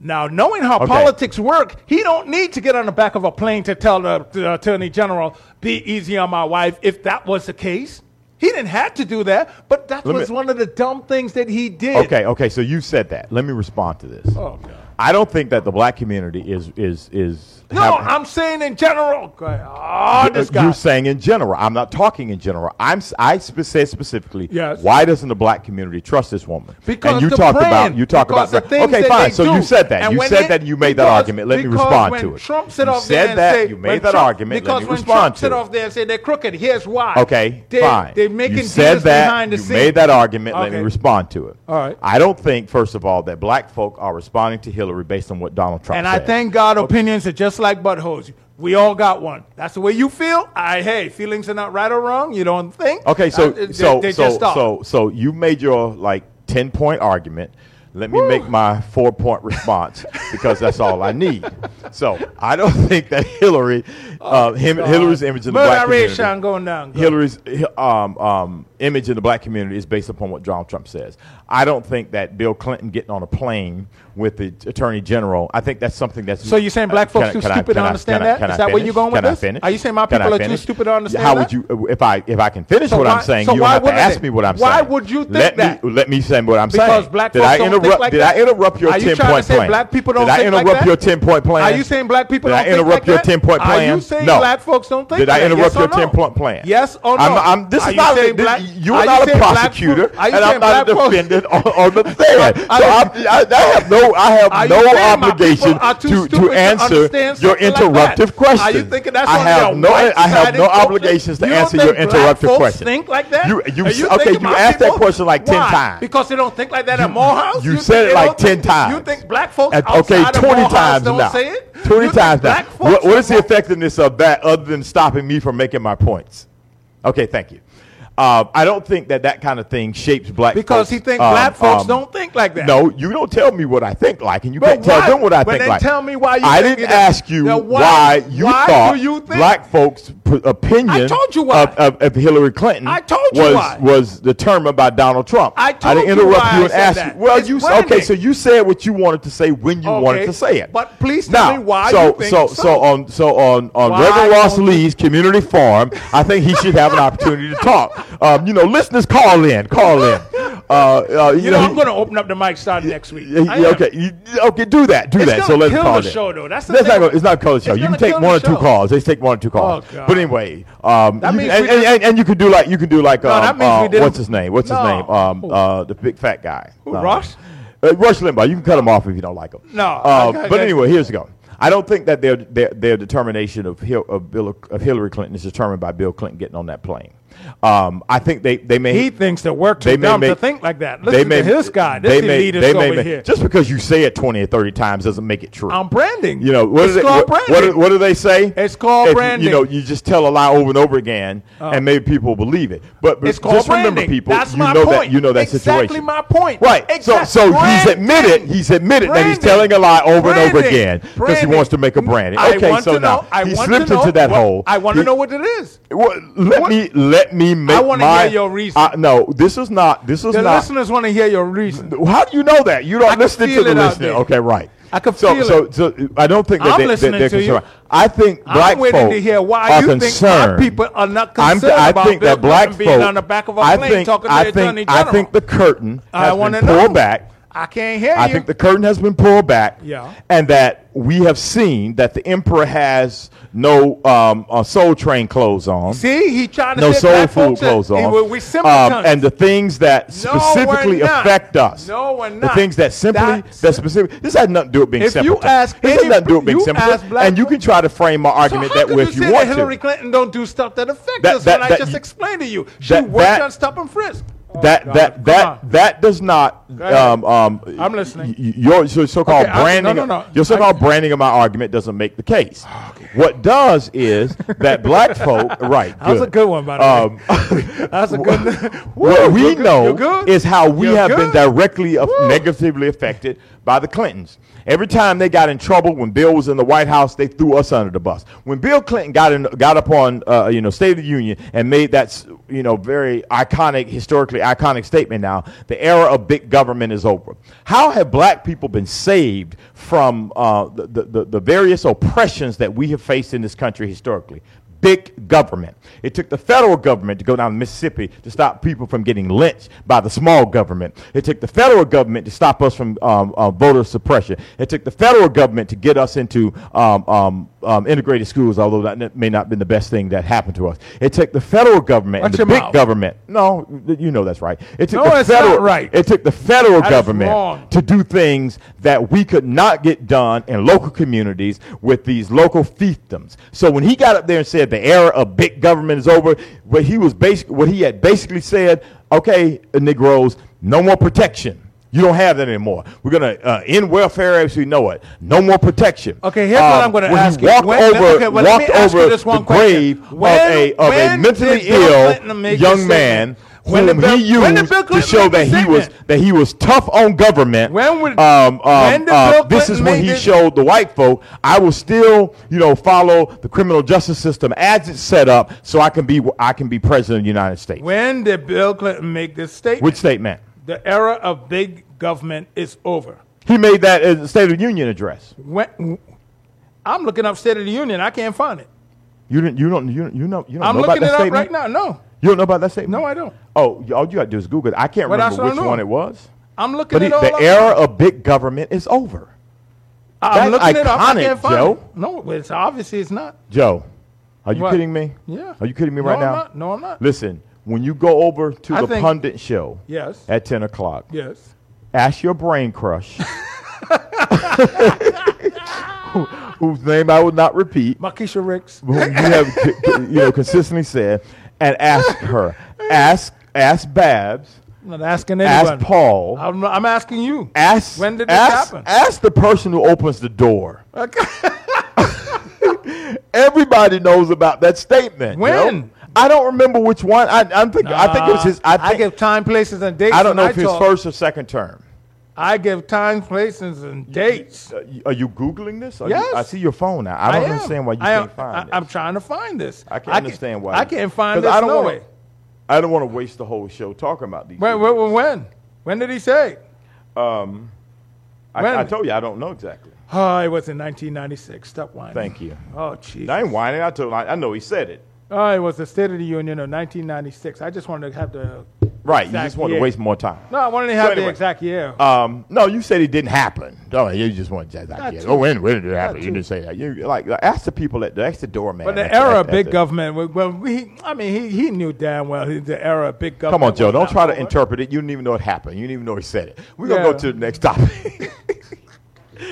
Now, knowing how politics work, he don't need to get on the back of a plane to tell the, the attorney general, be easy on my wife, if that was the case. He didn't have to do that, but that
Let me-
was one of the dumb things that he did.
Okay, okay. So you said that. Let me respond to this.
Oh, God.
I don't think that the black community is is is.
No,
have-
I'm saying in general. Go ahead. Oh, this
Uh, You're
guy.
saying in general. I'm not talking in general. I'm s- I spe- said specifically.
Yes.
Why doesn't the black community trust this woman?
Because
and you
the
talked about
brand,
you talked
because
about
the things
okay,
that
fine.
they
so you
do.
said that
And
you
when
said
they-
that you made that
because-
argument. Let me
because
respond
when
to it.
Trump sit
you
off there
said
and
that
say-
you
when
made that
Trump-
argument.
Because
Let me
when
respond
Trump
to
sit
it.
off there and say they're crooked, here's why.
Okay,
they,
fine.
They're making
you said
deals
that
behind the
you
scenes.
made that argument. Let me
Okay.
respond to it.
All right.
I don't think, first of all, that black folk are responding to Hillary based on what Donald Trump
And I
said.
thank God opinions are just like buttholes. We all got one. That's the way you feel. I hey, feelings are not right or wrong. You don't think?
Okay, so
Uh, they-
so
they
so
just are.
so so you made your like ten point argument. Let me make my four point response because that's all I need. So I don't (laughs) think that Hillary, uh, him,
Oh,
Hillary's image in the black
Murder rate
community,
shine going down. Go.
Hillary's hi- um, um, image in the black community is based upon what Donald Trump says. I don't think that Bill Clinton getting on a plane with the Attorney General. I think that's something that's.
So you're saying black folks too stupid to understand
I-
that?
can
Is
I
that where
finish?
you're going with
Can I
this?
finish?
Are you saying my
Can I
people are too
finish?
stupid to understand
How would
that?
you? If I if I can finish
So
what
why-
I'm saying,
so
you don't
why
have to
wouldn't
ask
they?
me what I'm
Why
saying.
would you think
let
that?
Me, let me say what I'm
Because
saying.
black
did
folks
I
don't think
interrupt?
like
did
that?
I interrupt your
Are you
ten
trying to
point
say
plan?
black people don't
did I
think like
interrupt
that?
your ten point plan?
Are you saying black people
Did
don't
I
think
interrupt
like
your
that?
10 point plan?
Are you saying
No.
black folks don't think
Did
like
I
that?
interrupt
Yes or
your
no?
10 point plan?
Yes or no?
I'm, I'm, this
Are
is
you
not, th-
saying black-
you're
are you
not a
saying black
prosecutor,
folks- are you
and I'm not a
saying black folks-
defendant on, on the stand. so
(laughs) Are you-
I'm, I, I have no, I
Are
have
you
no
saying my people
obligation
are too
to,
stupid
to
to
answer
understand
your
something like that?
interruptive
Are you
question.
thinking that's
I
on
have
your
no,
white
I have
sided
no
culture?
obligations to
You don't
answer your
think black
interruptive
folks
question.
Think like that?
You, you,
Are
s-
think
okay, you
my
asked that
people-
question like 10
Why?
times.
Because they don't think like that at Morehouse.
you
think
said it
they
like
don't think-
10 times.
You think black folks
At- okay,
outside of
20
Morehouse
times
don't
now.
say it? You
20
think
times now.
black folks
What, what is the
don't-
effectiveness of that other than stopping me from making my points? Okay, thank you. Uh, I don't think that that kind of thing shapes black folks,
Because he think
um,
black folks
um,
don't think like that.
No, you don't tell me what I think like, and you
But
can't tell
why-
them what I
but
think
then
like.
tell me why you
I
think
didn't
it is.
ask you
Now,
why,
why-
you
why
thought
do you think-
black folks' p- opinion
I told you why.
Of, of, of Hillary Clinton
I told you
was,
why.
was determined by Donald Trump.
I told
didn't
you
interrupt
why
you
I
and
said
ask
that.
you. Well,
It's
you s- okay,
branding.
so you said what you wanted to say when you wanted
Okay,
to say it.
but please tell
now,
me why
so,
you think
so.
so.
So on so on on
Why
Reverend Ross
don't
Lee's community farm, I think he should have an opportunity to
(laughs)
talk. Um, you know, listeners, call in, call in. Uh, uh, you,
You know, I'm going to open up the mic starting next week.
yeah,
I
yeah,
am.
okay, you, okay, do that, do
It's
that.
gonna
So let's
kill
call
the
it.
show, though. That's the
That's
thing.
not gonna, it's not kill the show.
It's
you can
gonna
take
kill
one
the
or two
show. Oh,
calls. They take one or two calls.
God.
but anyway, um,
That
you-
means
and, and,
we didn't-
and, and you could do like you can do like
No,
um,
that means
uh,
we didn't-
what's his name? What's
No.
his name? Um,
Who?
uh, the big fat guy.
Who,
No.
Rush?
Uh, Rush Limbaugh. You can cut him off if you don't like him.
No,
Uh,
okay,
but
okay.
anyway, here's the go. I don't think that their their, their determination of, Hil- of Bill of Hillary Clinton is determined by Bill Clinton getting on that plane. Um, I think they they may
He thinks that we're too
they may
dumb to
make-
think like that. Listen to this guy. This elitist over
make-
here.
Just because you say it 20 or 30 times doesn't make it true.
I'm branding.
you know, what,
it's
is it,
called
what, what,
branding.
do- what do they say?
It's called
If you-
branding. Uh-huh.
You know, you just tell a lie over and over again, and maybe people believe it. But, but
It's called
just remember,
branding.
people,
That's
you,
my
know That,
point.
you know that
Exactly
situation.
my point.
Right.
Exact-
So, so he's
branding.
admitted, he's admitted that he's
Branding.
telling a lie over and over
Branding.
again because he
Branding.
wants to make a branding.
I
okay,
want
so
to
now
know- I
he
want
slipped
to know
into that
what-
hole.
I want
He-
to know what it is.
well, let
What-
me let me make
wanna
my.
hear your reason.
I- no, this is not. This is
The
not.
listeners want to hear your reason.
How do you know that? You
I
don't
can
listen to
feel
the
it out
listener.
there.
Okay, right.
I can
so,
feel
so, So I don't think that
I'm
they, that
listening
they're
to you.
concerned. I think black
I'm waiting
folk
to hear why
are
you
concerned.
think black people are not
I'm-
concerned
I
about
think
Bill
that black
Clinton being
folk-
on the back of a
I
plane
think,
talking to
I
the
think,
attorney
I
general.
think the curtain
I
has
wanna
been pulled
know.
back.
I can't hear
I
you.
think the curtain has been pulled back,
Yeah.
and that we have seen that the emperor has no um, uh, soul train clothes on.
See, he trying to
no
say
soul
black
food
folks are-
clothes
he-
on,
we- we
um,
simpletons.
and the things that
No, we're
specifically
not.
affect us.
No, we're
The
not.
things that simply
That's-
that specific. This had nothing to do with being
If you
simpleton.
ask
this had
any-
nothing to do with being
you
simpleton.
ask black
and you can try to frame my
So
argument
how
that
could
way
you
if you
say
want
that Hillary
to.
Clinton don't do stuff that affects
That-
us
that-
when I
that
just
you-
explained to you? She
that-
worked
that-
on stopping frisk.
that
God,
that
come on.
that that does not.
ahead.
Um, um,
I'm listening.
y- y- Your so- so-called
Okay, I-
branding,
no, no, no.
your so-called branding of my argument doesn't make the case. Okay. What does is that
(laughs)
black folk, right?
That was a good one, by the
Um,
That's a good.
(laughs)
(laughs)
what we
You're good. You're
know
good.
is how we
You're
have been
good.
directly af- negatively affected by the Clintons. Every time they got in trouble when Bill was in the White House, they threw us under the bus. When Bill Clinton got in, got up on uh, you know State of the Union and made that s- you know very iconic, historically iconic statement. Now the era of big government is over. How have black people been saved from uh, the, the- the the various oppressions that we have faced in this country historically? big government. It took the federal government to go down to Mississippi to stop people from getting lynched by the small government. It took the federal government to stop us from um, uh, voter suppression. It took the federal government to get us into um, um, um, integrated schools, although that n- may not have been the best thing that happened to us. It took the federal government and
Watch
the
your
big
mouth.
government. No, th- you know that's right. It took
No,
the
it's not
federal
right.
It took the federal
That is wrong.
government to do things that we could not get done in local communities with these local fiefdoms. So when he got up there and said the era of big government is over, what he was basic, what he had basically said, okay, Negroes, no more protection. You don't have that anymore. We're gonna uh, end welfare as we know it. No more protection.
Okay, here's what I'm gonna
Um, when he
ask you.
Walked
When-
over,
okay, well, let me
walked
ask you
over
this one
the
question.
grave of
When-
a of a
when
mentally
did Bill Clinton
ill
make
young
this
man
statement? When did
whom
Bill-
he
when did
used
Bill
to
Clinton
show
make
that
this
he was
statement?
that he was tough on government.
When would-
um, um,
when did
uh,
Bill
this
Clinton
is when
make
he
this-
showed the white folk, I will still, you know, follow the criminal justice system as it's set up, so I can be I can be president of the United States.
When did Bill Clinton make this statement?
Which statement?
the era of big government is over.
He made that as a State of the Union address.
When, I'm looking up State of the Union. I can't find it.
You didn't. You don't. You, you know. You don't
I'm
know about
looking
that
it up
statement.
right now. No,
You don't know about that statement.
no, I don't.
Oh, y- all you got to do is Google it. I can't
Well, that's
remember
what I
which
know.
one it was.
I'm looking
But
it
it-
all
the
up.
era of big government is over.
I'm
that's
looking it up. I
iconic,
can't find
Joe.
it. No, it's obviously it's not.
Joe, are you
What?
kidding me?
Yeah.
Are you kidding me right
no,
now?
I'm not. No, I'm not.
Listen, when you go over to
I
the
think-
pundit show
Yes.
at 10 o'clock,
Yes.
ask your brain
(laughs)
crush, (laughs) who- whose name I will not repeat,
Markeisha Ricks.
who you
(laughs)
have c- c- you know, consistently said, and ask
(laughs)
her. Ask, ask Babs,
I'm not asking
ask
anyone.
Paul,
I'm, I'm asking
(laughs)
you.
ask,
When did this
ask,
happen?
ask the person who opens the door.
Okay.
Everybody knows about that statement. you know?
When?
I don't remember which one. I, I'm thinking. I think it was his. I,
Uh, I
think,
give time, places, and dates.
I don't
when
know if his
talk.
first or second term.
I give time, places, and dates.
Uh, y- Are you googling this? Are
Yes.
You, I see your phone now. I don't
am.
understand why you
I
can't
am.
find
I,
it.
am trying to find this.
I can't understand why.
I
you-
can't find
'cause
this.
I don't
no
wanna,
way.
I don't want to waste the whole show talking about these.
When,
things.
when, when? When did he say? when?
I, I told you I don't know exactly.
Oh, it was in 1996. Stop whining.
Thank you.
Oh, jeez.
I ain't whining. I told. I, I know he said it.
Oh, it was the State of the Union of 1996. I just wanted to have the.
Right. You
Exact
just want to
year.
waste more time.
No, I wanted to have the
anyway.
exact year.
Um, no, you said it didn't happen. Oh, you just want to
Not
that.
you.
Oh, when, when did it happen? You
you.
didn't say that. You like like, ask the people at the ask the doorman.
but
at
the era
at-
of
at
big
the-
government, well, well, we, I mean, he, he knew damn well he- the era of big government.
Come on, Joe.
was
Don't
not
try to
over.
interpret it. You didn't even know it happened. You didn't even know he said it. We're gonna go
Yeah.
to the next topic.
This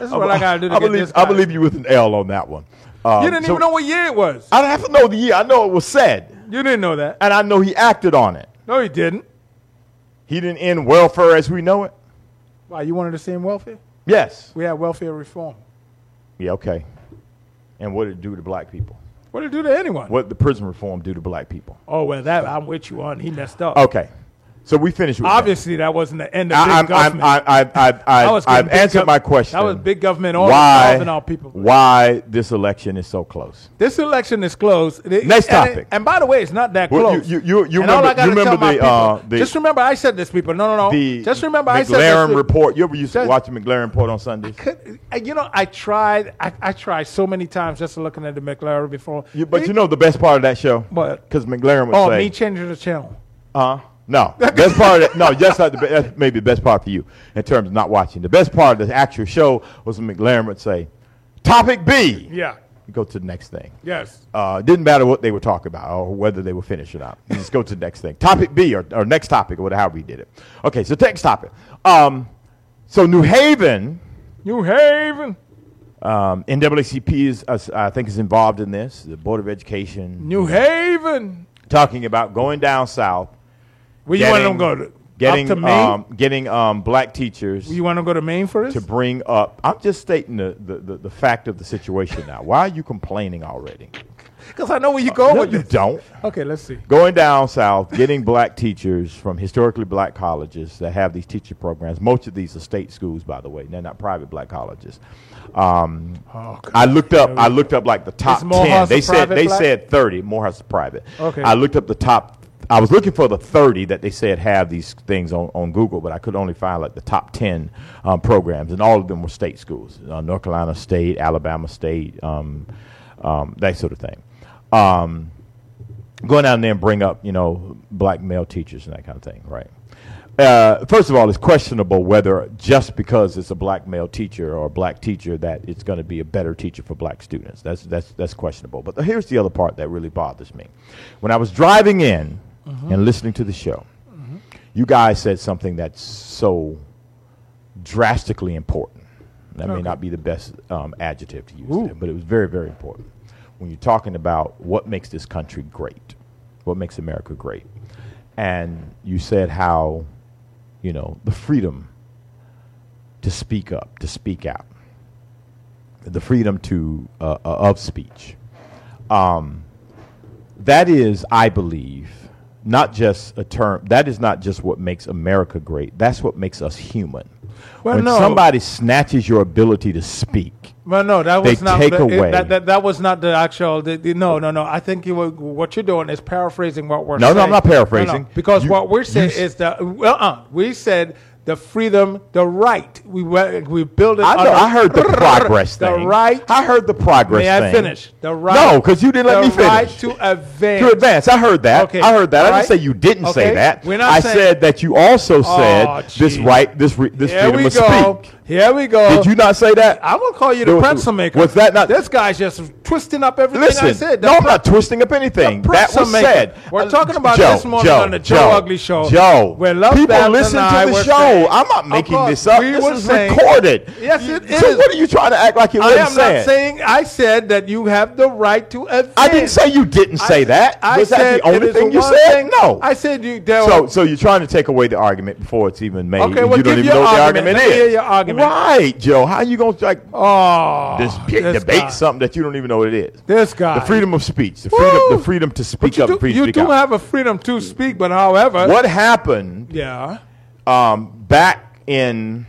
is (laughs) what I got to do to
I
get
believe,
this
I
guy.
believe you with an L on that one. Um,
You didn't
so
even know what year it was.
I don't have to know the year. I know it was said,
You didn't know that.
and I know he acted on it.
No, you didn't.
He didn't end welfare as we know it.
Why? You wanted the same welfare?
Yes.
We had welfare reform.
Yeah. Okay. And what did it do to black people?
What did it do to anyone?
What did the prison reform do to black people?
Oh well, that I'm with you on. He messed up.
Okay. So we finished with that.
Obviously, that wasn't the end of big
Uh, I, I'm, I'm,
government.
I, I, I,
That
I,
was good
I've
big
answered
gov-
my question.
that was big government all involved
why,
in our people.
why this election is so close.
this election is closed. It-
Next
and it-
topic.
and by the way, it's not that
Well,
close.
you- you- you- you
and all
remember-
I gotta
you remember
tell my
the,
people,
uh, the-
just remember I said this, people. No, no, no.
The
just remember
McLaren
I said this. people.
report. You ever used to
Just-
watch the McLaren report on Sundays?
Could- uh, You know, I tried. I, I tried so many times just looking at the McLaren before.
You- but you know the best part of that show?
What?
Because McLaren would
oh,
say,
me changing the channel.
"Uh,
(laughs)
no, best part. Of that, no, that's not the be- that's maybe the best part for you in terms of not watching. The best part of the actual show was when McLaren would say, "Topic B."
Yeah.
You go to the next thing.
Yes.
Uh, it didn't matter what they were talking about or whether they were finished or not. You just go to the next thing. Topic B or, or next topic or whatever we did it. Okay, so next topic. Um, so New Haven,
New Haven.
um, NAACP is, uh, I think, is involved in this. The Board of Education
New Haven.
talking about going down south,
Where you want them to go to?
Getting
to Maine?
um, getting um, black teachers
You want to go to Maine for this?
to bring up. I'm just stating the, the, the, the fact of the situation now. Why are you complaining already?
Because I know where you go
Uh, no,
with
you
this.
don't.
Okay, let's see.
Going down south, getting black teachers from historically black colleges that have these teacher programs. Most of these are state schools, by the way. They're not private black colleges. Um,
Oh, God.
I looked up. I looked up like the top
Is
ten.
Morehouse
They
a
said
private
they
black?
said thirty. Morehouse is private.
Okay.
I looked up the top. I was looking for the thirty that they said have these things on, on Google, but I could only find like the top ten um, programs, and all of them were state schools: uh, North Carolina State, Alabama State, um, um, that sort of thing. Um, going down there and bring up, you know, black male teachers and that kind of thing, right? Uh, first of all, it's questionable whether just because it's a black male teacher or a black teacher that it's going to be a better teacher for black students. That's that's that's questionable. But here's the other part that really bothers me. When I was driving in and listening to the show, you guys said something that's so drastically important. That may not be the best um, adjective to use, there, but it was very, very important. When you're talking about what makes this country great, what makes America great, and you said how, you know, the freedom to speak up, to speak out, the freedom to uh, uh, of speech. Um, That is, I believe, not just a term. That is not just what makes America great. That's what makes us human.
Well,
when
no.
somebody snatches your ability to speak,
Well, no, that
They
was not
take
the, it-
away-
that, that, that was not the actual. The, the- no, no, no. I think you were, what you're doing is paraphrasing what we're
No, no,
saying.
I'm not paraphrasing.
because
You-
what we're
you
saying
s-
is the well, uh, we said the freedom, the right. We we we build it.
I, know,
on the-
I heard
(laughs)
the progress
Uh, the
thing.
right.
I heard the progress
May I
thing.
finish? The right.
No, because you didn't let
the
me finish.
Right to advance.
To advance, I heard that.
Okay.
I heard that. I
All
didn't
right.
say you didn't
Okay.
say that.
We're not
I
saying-
said that you also said
Oh,
this
geez.
right, this re, this
Here
freedom
we
of
go.
speak.
Here we go.
Did you not say that?
I'm gonna call you the
Was-
pretzel maker.
was that not-
This guy's just twisting up everything
Listen,
I said. The
no, I'm
pre-
not twisting up anything.
The
That was
pretzel maker.
said.
We're
Uh,
talking about
Joe,
this morning
Joe,
on the Joe Ugly Show,
Joe,
where Love
people
Babs
listen
and
to
I
the
were
show.
saying-
I'm not
Of
making
course,
this up.
we
this
were
is
saying-
recorded.
Yes, it
So
is.
what are you trying to act like it
I
wasn't
am not
said?
saying. I said that you have the right to advance.
I didn't say you didn't say that.
I
was
said
that the
it
only
is
thing you
one
said?
thing-
no.
I said you. There
so,
were-
so you're trying to take away the argument before it's even made.
Okay,
and
well,
you don't even
give your
know what the argument
argument. Let me
is.
hear your argument.
Right, Joe. How are you going to like
oh,
dis-
this
debate
guy.
something that you don't even know what it is?
This guy.
The freedom of speech, the freedom,
Woo!
the freedom to
But
speak
you
up,
do,
and free
you
speak
do
out.
have a freedom to speak, but however,
what happened
Yeah.
um, back in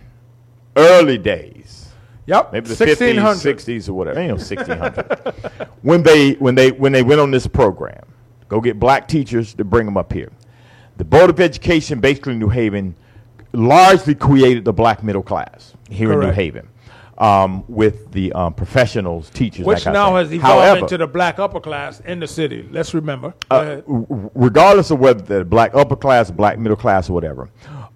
early days?
Yep.
Maybe the
1600.
50s, 60s, or whatever. You know, 1600. (laughs) when they when they when they went on this program, go get black teachers to bring them up here. The Board of Education, basically in New Haven, largely created the black middle class here in
Correct.
New Haven, um, with the um, professionals, teachers,
which
that kind
now
of
has
thing.
evolved
However,
into the black upper class in the city. Let's remember. Go
uh,
ahead.
w- w- regardless of whether they're black upper class, black middle class, or whatever,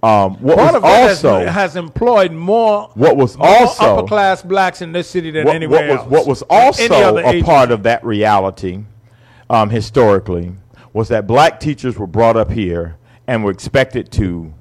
um, what
Part
was
of it has-
also
has, employed more
what was also
upper class blacks in this city than
what,
anywhere
what was,
else.
what was
Than any
also
other
a
age-
part of that reality um, historically was that black teachers were brought up here and were expected to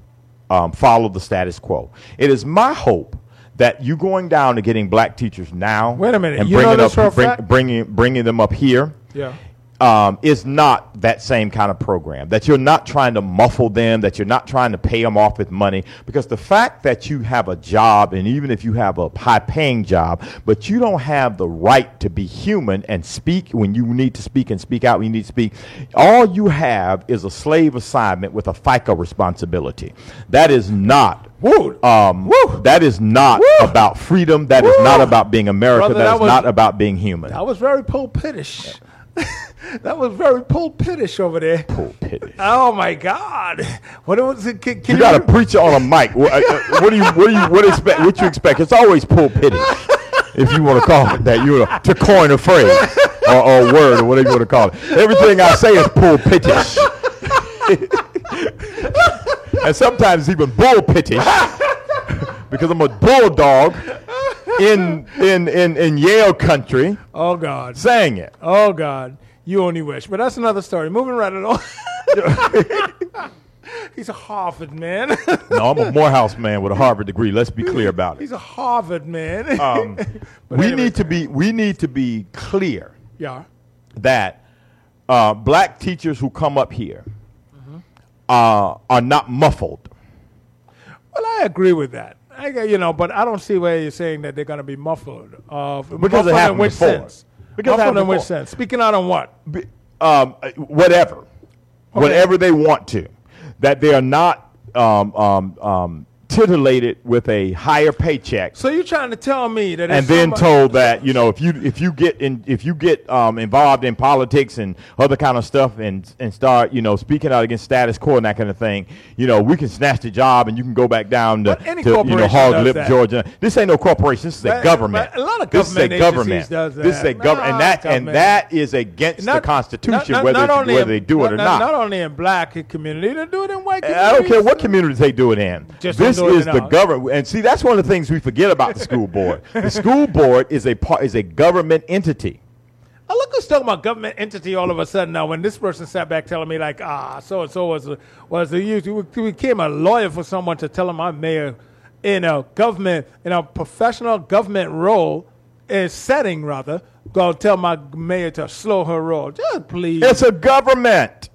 um, follow the status quo. It is my hope that you going down and getting black teachers now
Wait a minute,
and
you know
bringing
this for a
up bring,
fact?
bringing bringing them up here
Yeah.
um, is not that same kind of program. That you're not trying to muffle them, that you're not trying to pay them off with money. Because the fact that you have a job, and even if you have a high paying job, but you don't have the right to be human and speak when you need to speak and speak out when you need to speak, all you have is a slave assignment with a FICA responsibility. That is not.
Woo.
Um, that is not about freedom. That is
Woo.
not about being America.
Brother,
that
that
is
was-
not about being human.
that was very pulpitish. (laughs) that was very pulpitish over there.
Pulpit.
Oh my God! What was it? Can, can
You got a preacher on a mic. What, uh, uh, what do you what do you what expect? What you expect? It's always pulpitty, if you want to call it that. You know, to coin a phrase or, or a word or whatever you want to call it. Everything I say is pulpitish, (laughs) and sometimes even bullpitish, because I'm a bulldog in in in, in Yale country
Oh God!
saying it.
Oh God! You only wish. But that's another story. Moving right along. (laughs) He's a Harvard man. (laughs)
No, I'm a Morehouse man with a Harvard degree. Let's be clear about it.
He's a Harvard man.
Um,
But
we
anyway.
need to be we need to be clear
(laughs) yeah.
that uh, black teachers who come up here uh, are not muffled.
Well, I agree with that. I, get- you know, but I don't see where you're saying that they're going to be muffled. Of
Because it
muffled in
happened
which
before.
sense?
Because it
muffled in
happened
which
before.
sense? Speaking out on what?
be- um, uh, whatever, whatever they want to, that they are not um, um, um, titillated with a higher paycheck,
So you're trying to tell me that
and
if
then
somebody-
told that you know if you if you get in if you get um, involved in politics and other kind of stuff and and start you know speaking out against status quo and that kind of thing, you know we can snatch the job and you can go back down to,
But any
to, you know
corporation
hog
does
lip
that.
Georgia. This ain't no corporation. This is a
But-
government.
but a lot of
this is a
government agencies
government.
does
This is a
that.
government, and
No,
that and
government.
that is against the Constitution, whether it's-
only
whether
in-
they do it or
not.
not.
Not only in black community, they do it in white communities.
I don't care what communities they do it in.
Just
this
don't do it
is
in
the
ours.
government, and see that's one of the things we forget about the school
(laughs)
board. The school board is a part is a government entity.
I look who's talking about government entity all of a sudden now. When this person sat back telling me like, ah, so and so was a, was a youth, we we became a lawyer for someone to tell him I'm mayor in a government in a professional government role in setting rather. Go tell my mayor to slow her roll. Just please.
It's a government.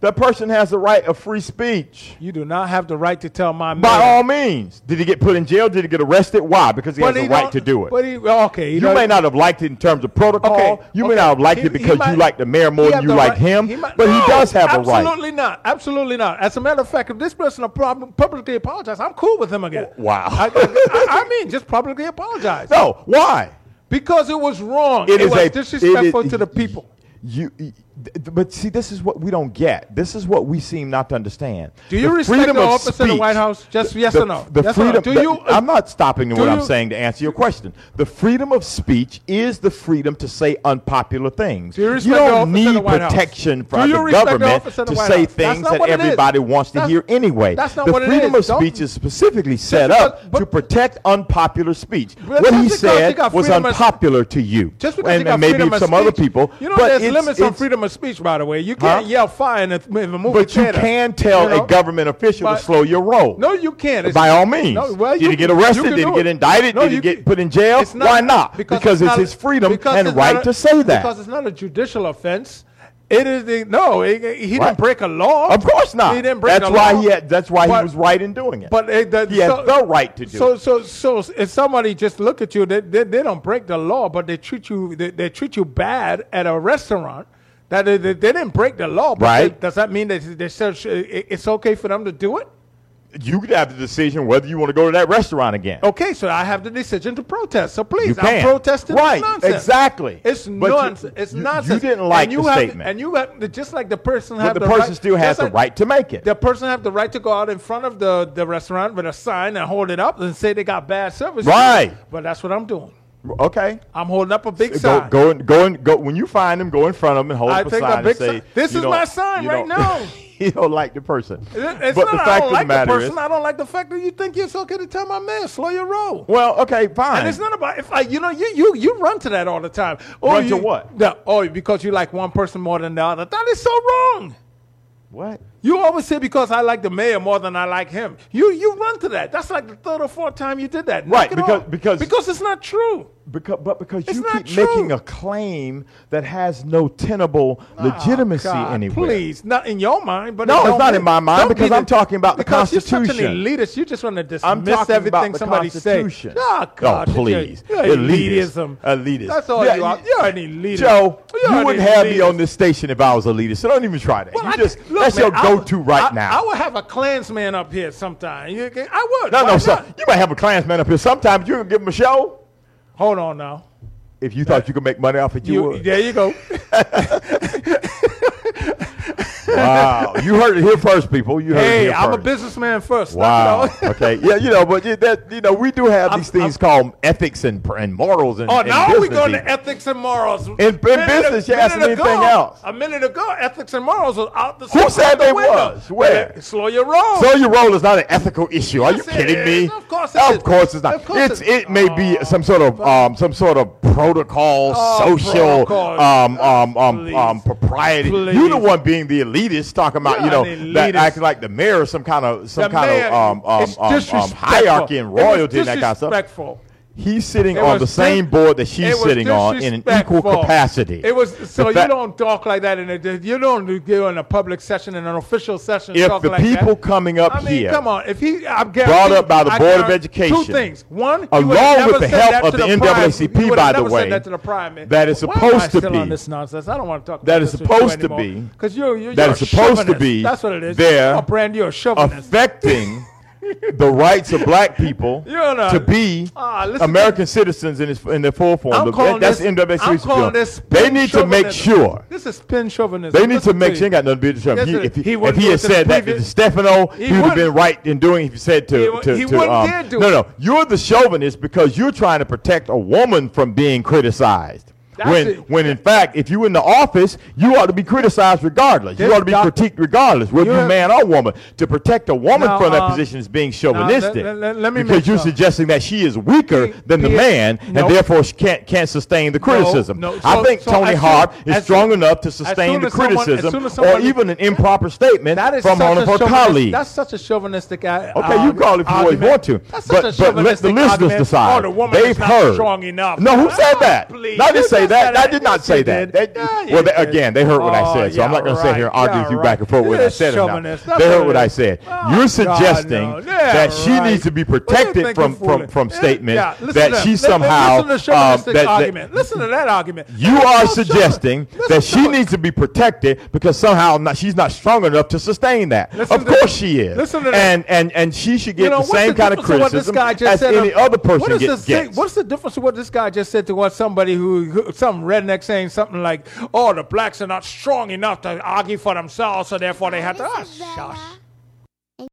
That person has the right of free speech.
You do not have the right to tell my
By
mayor.
all means, did he get put in jail? Did he get arrested? Why? Because he
But
has
he
the right
don't-
to do it.
But he, okay, he
you
don't-
may not have liked it in terms of protocol.
Okay,
You may
okay.
not have liked
He-
it
he
because you
might-
like the mayor more
he
than
have
you
the
like
right-
him.
might-
but
No,
he does have a right.
Absolutely not. Absolutely not. As a matter of fact, if this person prob- publicly apologized, I'm cool with him again.
Wow.
I, I- I mean, just publicly apologize
No, why?
because it was wrong. It,
is
was
a-
disrespectful
it is-
to the people.
You, you- th- but see, this is what we don't get. This is what we seem not to understand.
Do you respect
freedom
the
of
office in the
speech-
White House? Just yes
the-
or no?
The
Yes or no?
freedom.
Do
the-
you- uh,
I'm not stopping in
do
what I'm
you-
saying to answer your question. The freedom of speech is the freedom to say unpopular things.
Do you respect the
don't
office in
need
the White House?
protection
Do
from
you
the
respect the
government
office in the
to
White
say
House? That's
things
not
that
what it is.
everybody wants to
That's-
hear anyway.
that's not
the
what it
freedom
is.
of
Don't-
speech is specifically set
because-
up
but-
to protect unpopular speech. What
But just
he
because you
said
got
was
freedom of-
unpopular to you,
Just because
and,
you got
and maybe
freedom of
some other
speech-
people.
you know,
but
there's
it's-
limits on
it's-
freedom of speech. By the way, you can't
Huh?
yell fire in a, th- in a movie
But you
theater,
can tell
you know?
a government official
But-
to slow your roll.
No, you can't. It's-
By all means.
No, well,
did
you
he get
can- you
arrested?
can
Did
do
he get
it.
indicted?
No,
Did he
you
get
can-
put in jail?
It's not-
Why not? Because, it's,
not-
his freedom
because
and
it's
right
not a-
to say that.
Because it's not a judicial offense. It is the, no. He, he didn't
Right.
break a law.
Of course not.
He didn't break
that's
a
why
law.
he had, that's why
But-
he was right in doing it.
But it, that,
he had
so,
the right to do
so,
it.
so so if somebody just look at you, they, they, they don't break the law, but they treat you they, they treat you bad at a restaurant. That they, they, they didn't break the law, but
Right.
they- does that mean that they said sh- it- it's okay for them to do it?
You could have the decision whether you want to go to that restaurant again.
Okay, so I have the decision to protest. So please,
You
I'm
can.
protesting.
Right,
It's nonsense.
exactly.
It's
But you-
nonsense. it's
you- you
nonsense.
didn't like
and you
the
have,
statement.
and you have just like the person
But
have
the
right-
person still has
just
the
like-
right to make it.
The person have the right to go out in front of the, the restaurant with a sign and hold it up and say they got bad service.
Right.
But that's what I'm doing.
Okay.
I'm holding up a big
Go,
sign.
go and go and go. When you find him, go in front of him and hold
I
up a
take a
sign
big
and say,
sign. This
you
is
don't-
my sign
you
right
don't-
now.
(laughs) you don't like the person.
It- It's
but
not
the
I
fact
don't
of
like
the matter
person.
is,
I don't like the fact that you think it's okay to tell my man slow your roll.
well, okay, fine.
And it's not about if I, you know, you you you run to that all the time. Oh,
Run to
you,
what?
The, oh, because you like one person more than the other. That is so wrong.
what?
You always say because I like the mayor more than I like him. You you run to that. That's like the third or fourth time you did that.
Right,
Knock it
because-
off.
because-
because it's not true.
Because, but because
It's
you
not
keep
true. Oh,
making a claim that has no tenable legitimacy
God,
anywhere.
Please, not in your mind, but
No,
it
it's
don't
not
mean-
in my mind
don't
because
be
I'm talking about the
because You're such
Constitution.
an elitist. You just want to
I'm
dismiss
talking about
everything
the
somebody
Constitution.
says. Oh, God,
Oh,
you're-
please.
you're
Elitist.
elitism.
Elitist.
That's all
Yeah,
you are.
you-
You're an elitist.
Joe,
You're
you
an
wouldn't have me
elitist.
on this station if I was a leader, so don't even try that.
Well,
you
I-
just
look,
that's
man,
your
I would-
go-to right
I-
now.
I would have a Klansman up here sometime. You can- I would.
no,
Why
no, sir.
not?
You might have a Klansman up here. Sometimes you can give him a show.
Hold on now.
If you thought you could make money off it, you,
You, (laughs)
would.
there
(laughs)
you go.
Wow, you heard it here first, people. You heard it
hey,
here
I'm a
first.
businessman first.
Wow.
Knock it off.
okay. Yeah, you know, but you- that you know, we do
(laughs)
have these things called ethics and pr- and morals and
Oh,
and
now we
business
going to
even.
ethics and morals. In,
business, you asked me anything else.
A minute ago, ethics and morals was out the
Who
out
said
the
they
window.
was? Where?
Hey, Slow your roll.
So your role is not an ethical issue. Are you
Yes, it
kidding
is.
me?
Of course it
Of
is.
course it's not.
Of course
it's
it-
it may be some sort of um some sort of protocol,
Oh,
social
protocol.
um um um,
Please.
um propriety. You're the
Please.
one being the elitist talking about
You're
you know
an
that
elitist.
acting like the mayor is some kind of some
The
kind
mayor-
of um um,
it's
um, um
disrespectful.
hierarchy and
It was
royalty and that kind of stuff.
disrespectful.
He's sitting
It
on
was
the same
dis-
board that she's
it was
sitting on in an equal
disrespectful.
capacity.
It was so
The
you
fact-
don't talk like that in a you don't do in a public session in an official session.
If
talk
the
like
people
that.
coming up
I mean,
here,
come on. If he, I'm
brought up by the
I
Board of
guarantee-
Education,
Two things. One, he
along
would have
with
never
the
said
help
that
of
to
the
prime-
NAACP,
he would
by
have
the
never
way,
said that to the prime man.
that is
Why am I
supposed to
still on
be-
this nonsense. I don't want to talk.
that is supposed to be-
because you're, you're
that
you're
is
a
supposed to
chauvinist.
be
That's what it is.
there
Come on, Brand, you're a chauvinist.
affecting the rights of black people
(laughs) You're not-
to be
Ah, listen to-
American citizens in, its, in their full form.
I'm
Look, that-
calling
that's
this,
NAACP's
I'm calling
bill.
this
They
spin
need to make
chauvinism.
sure.
This is spin chauvinism.
They need to
Listen
make
me.
sure. Ain't got nothing to do with Trump.
Yes,
He-
sir.
if he,
He
if
wouldn't
he
do
had
it to
said
the
that to
previous-
Stefano, he, would have
wouldn't.
been right in doing. If he said to,
He wou-
to,
he
to
wouldn't
um,
dare do
no,
it.
no, you're the chauvinist because you're trying to protect a woman from being criticized.
That's
when,
it.
when in fact, if you're in the office, you ought to be criticized regardless.
This
you ought to be
doc-
critiqued regardless, whether you're
You're-
man or woman. To protect a woman
No,
from that
uh,
position is being chauvinistic
let- let- let me
because
make
you're
sure.
suggesting that she is weaker
Be-
than the
be-
man and
no.
therefore she can't can't sustain the criticism.
no.
I
So-
think
so
Tony
as soon-
Hart is
as
strong
soon-
enough to
as
sustain
soon
the
as someone- as
criticism
soon as someone-
or even an improper statement
That is
from
such
one of
a
her
chauvinist-
colleagues.
That's such a chauvinistic. uh,
Okay, you
uh,
call it for what you
argument.
want to,
That's
but, but
such a
let the
chauvinistic
listeners
argument.
decide.
Oh, the woman
They've
is not
heard.
strong enough.
No, who
(laughs)
said
Oh,
that?
please.
No, I didn't say
You just
that.
said
I
that.
did not
Yes,
say
you
that.
did.
They-
Yeah, you
well, they-
did.
again, they heard what I
Oh,
said, so I'm
yeah,
not going to sit here and argue with
right.
you
Yeah,
back and forth
right.
whether I
You're
said or not.
chauvinist. That's
They heard
what
what
it
I
is.
said.
Oh,
You're
God,
suggesting
no. Yeah,
that she
right.
needs to be
What do you
protected
think you're
from from
fooling?
from
Yeah, yeah.
statements
Listen to
that she
Listen-
somehow
listen to the
um,
chauvinistic
that- that
argument. Listen to that argument.
you are
That's so chauvinist.
suggesting
Listen
that
to
she
it.
needs to be protected because somehow not, she's not strong enough to sustain that.
Listen
of
to-
course she is.
listen to that.
and and and she should get
You know,
the
what's
same kind of
difference to what this
criticism
guy just
as
said
any
of-
other person
what is
get-
the thing-
gets.
What's the difference to what this guy just said to what somebody who, who some redneck saying something like, "Oh, the blacks are not strong enough to argue for themsells, so therefore they have to." Oh, shush.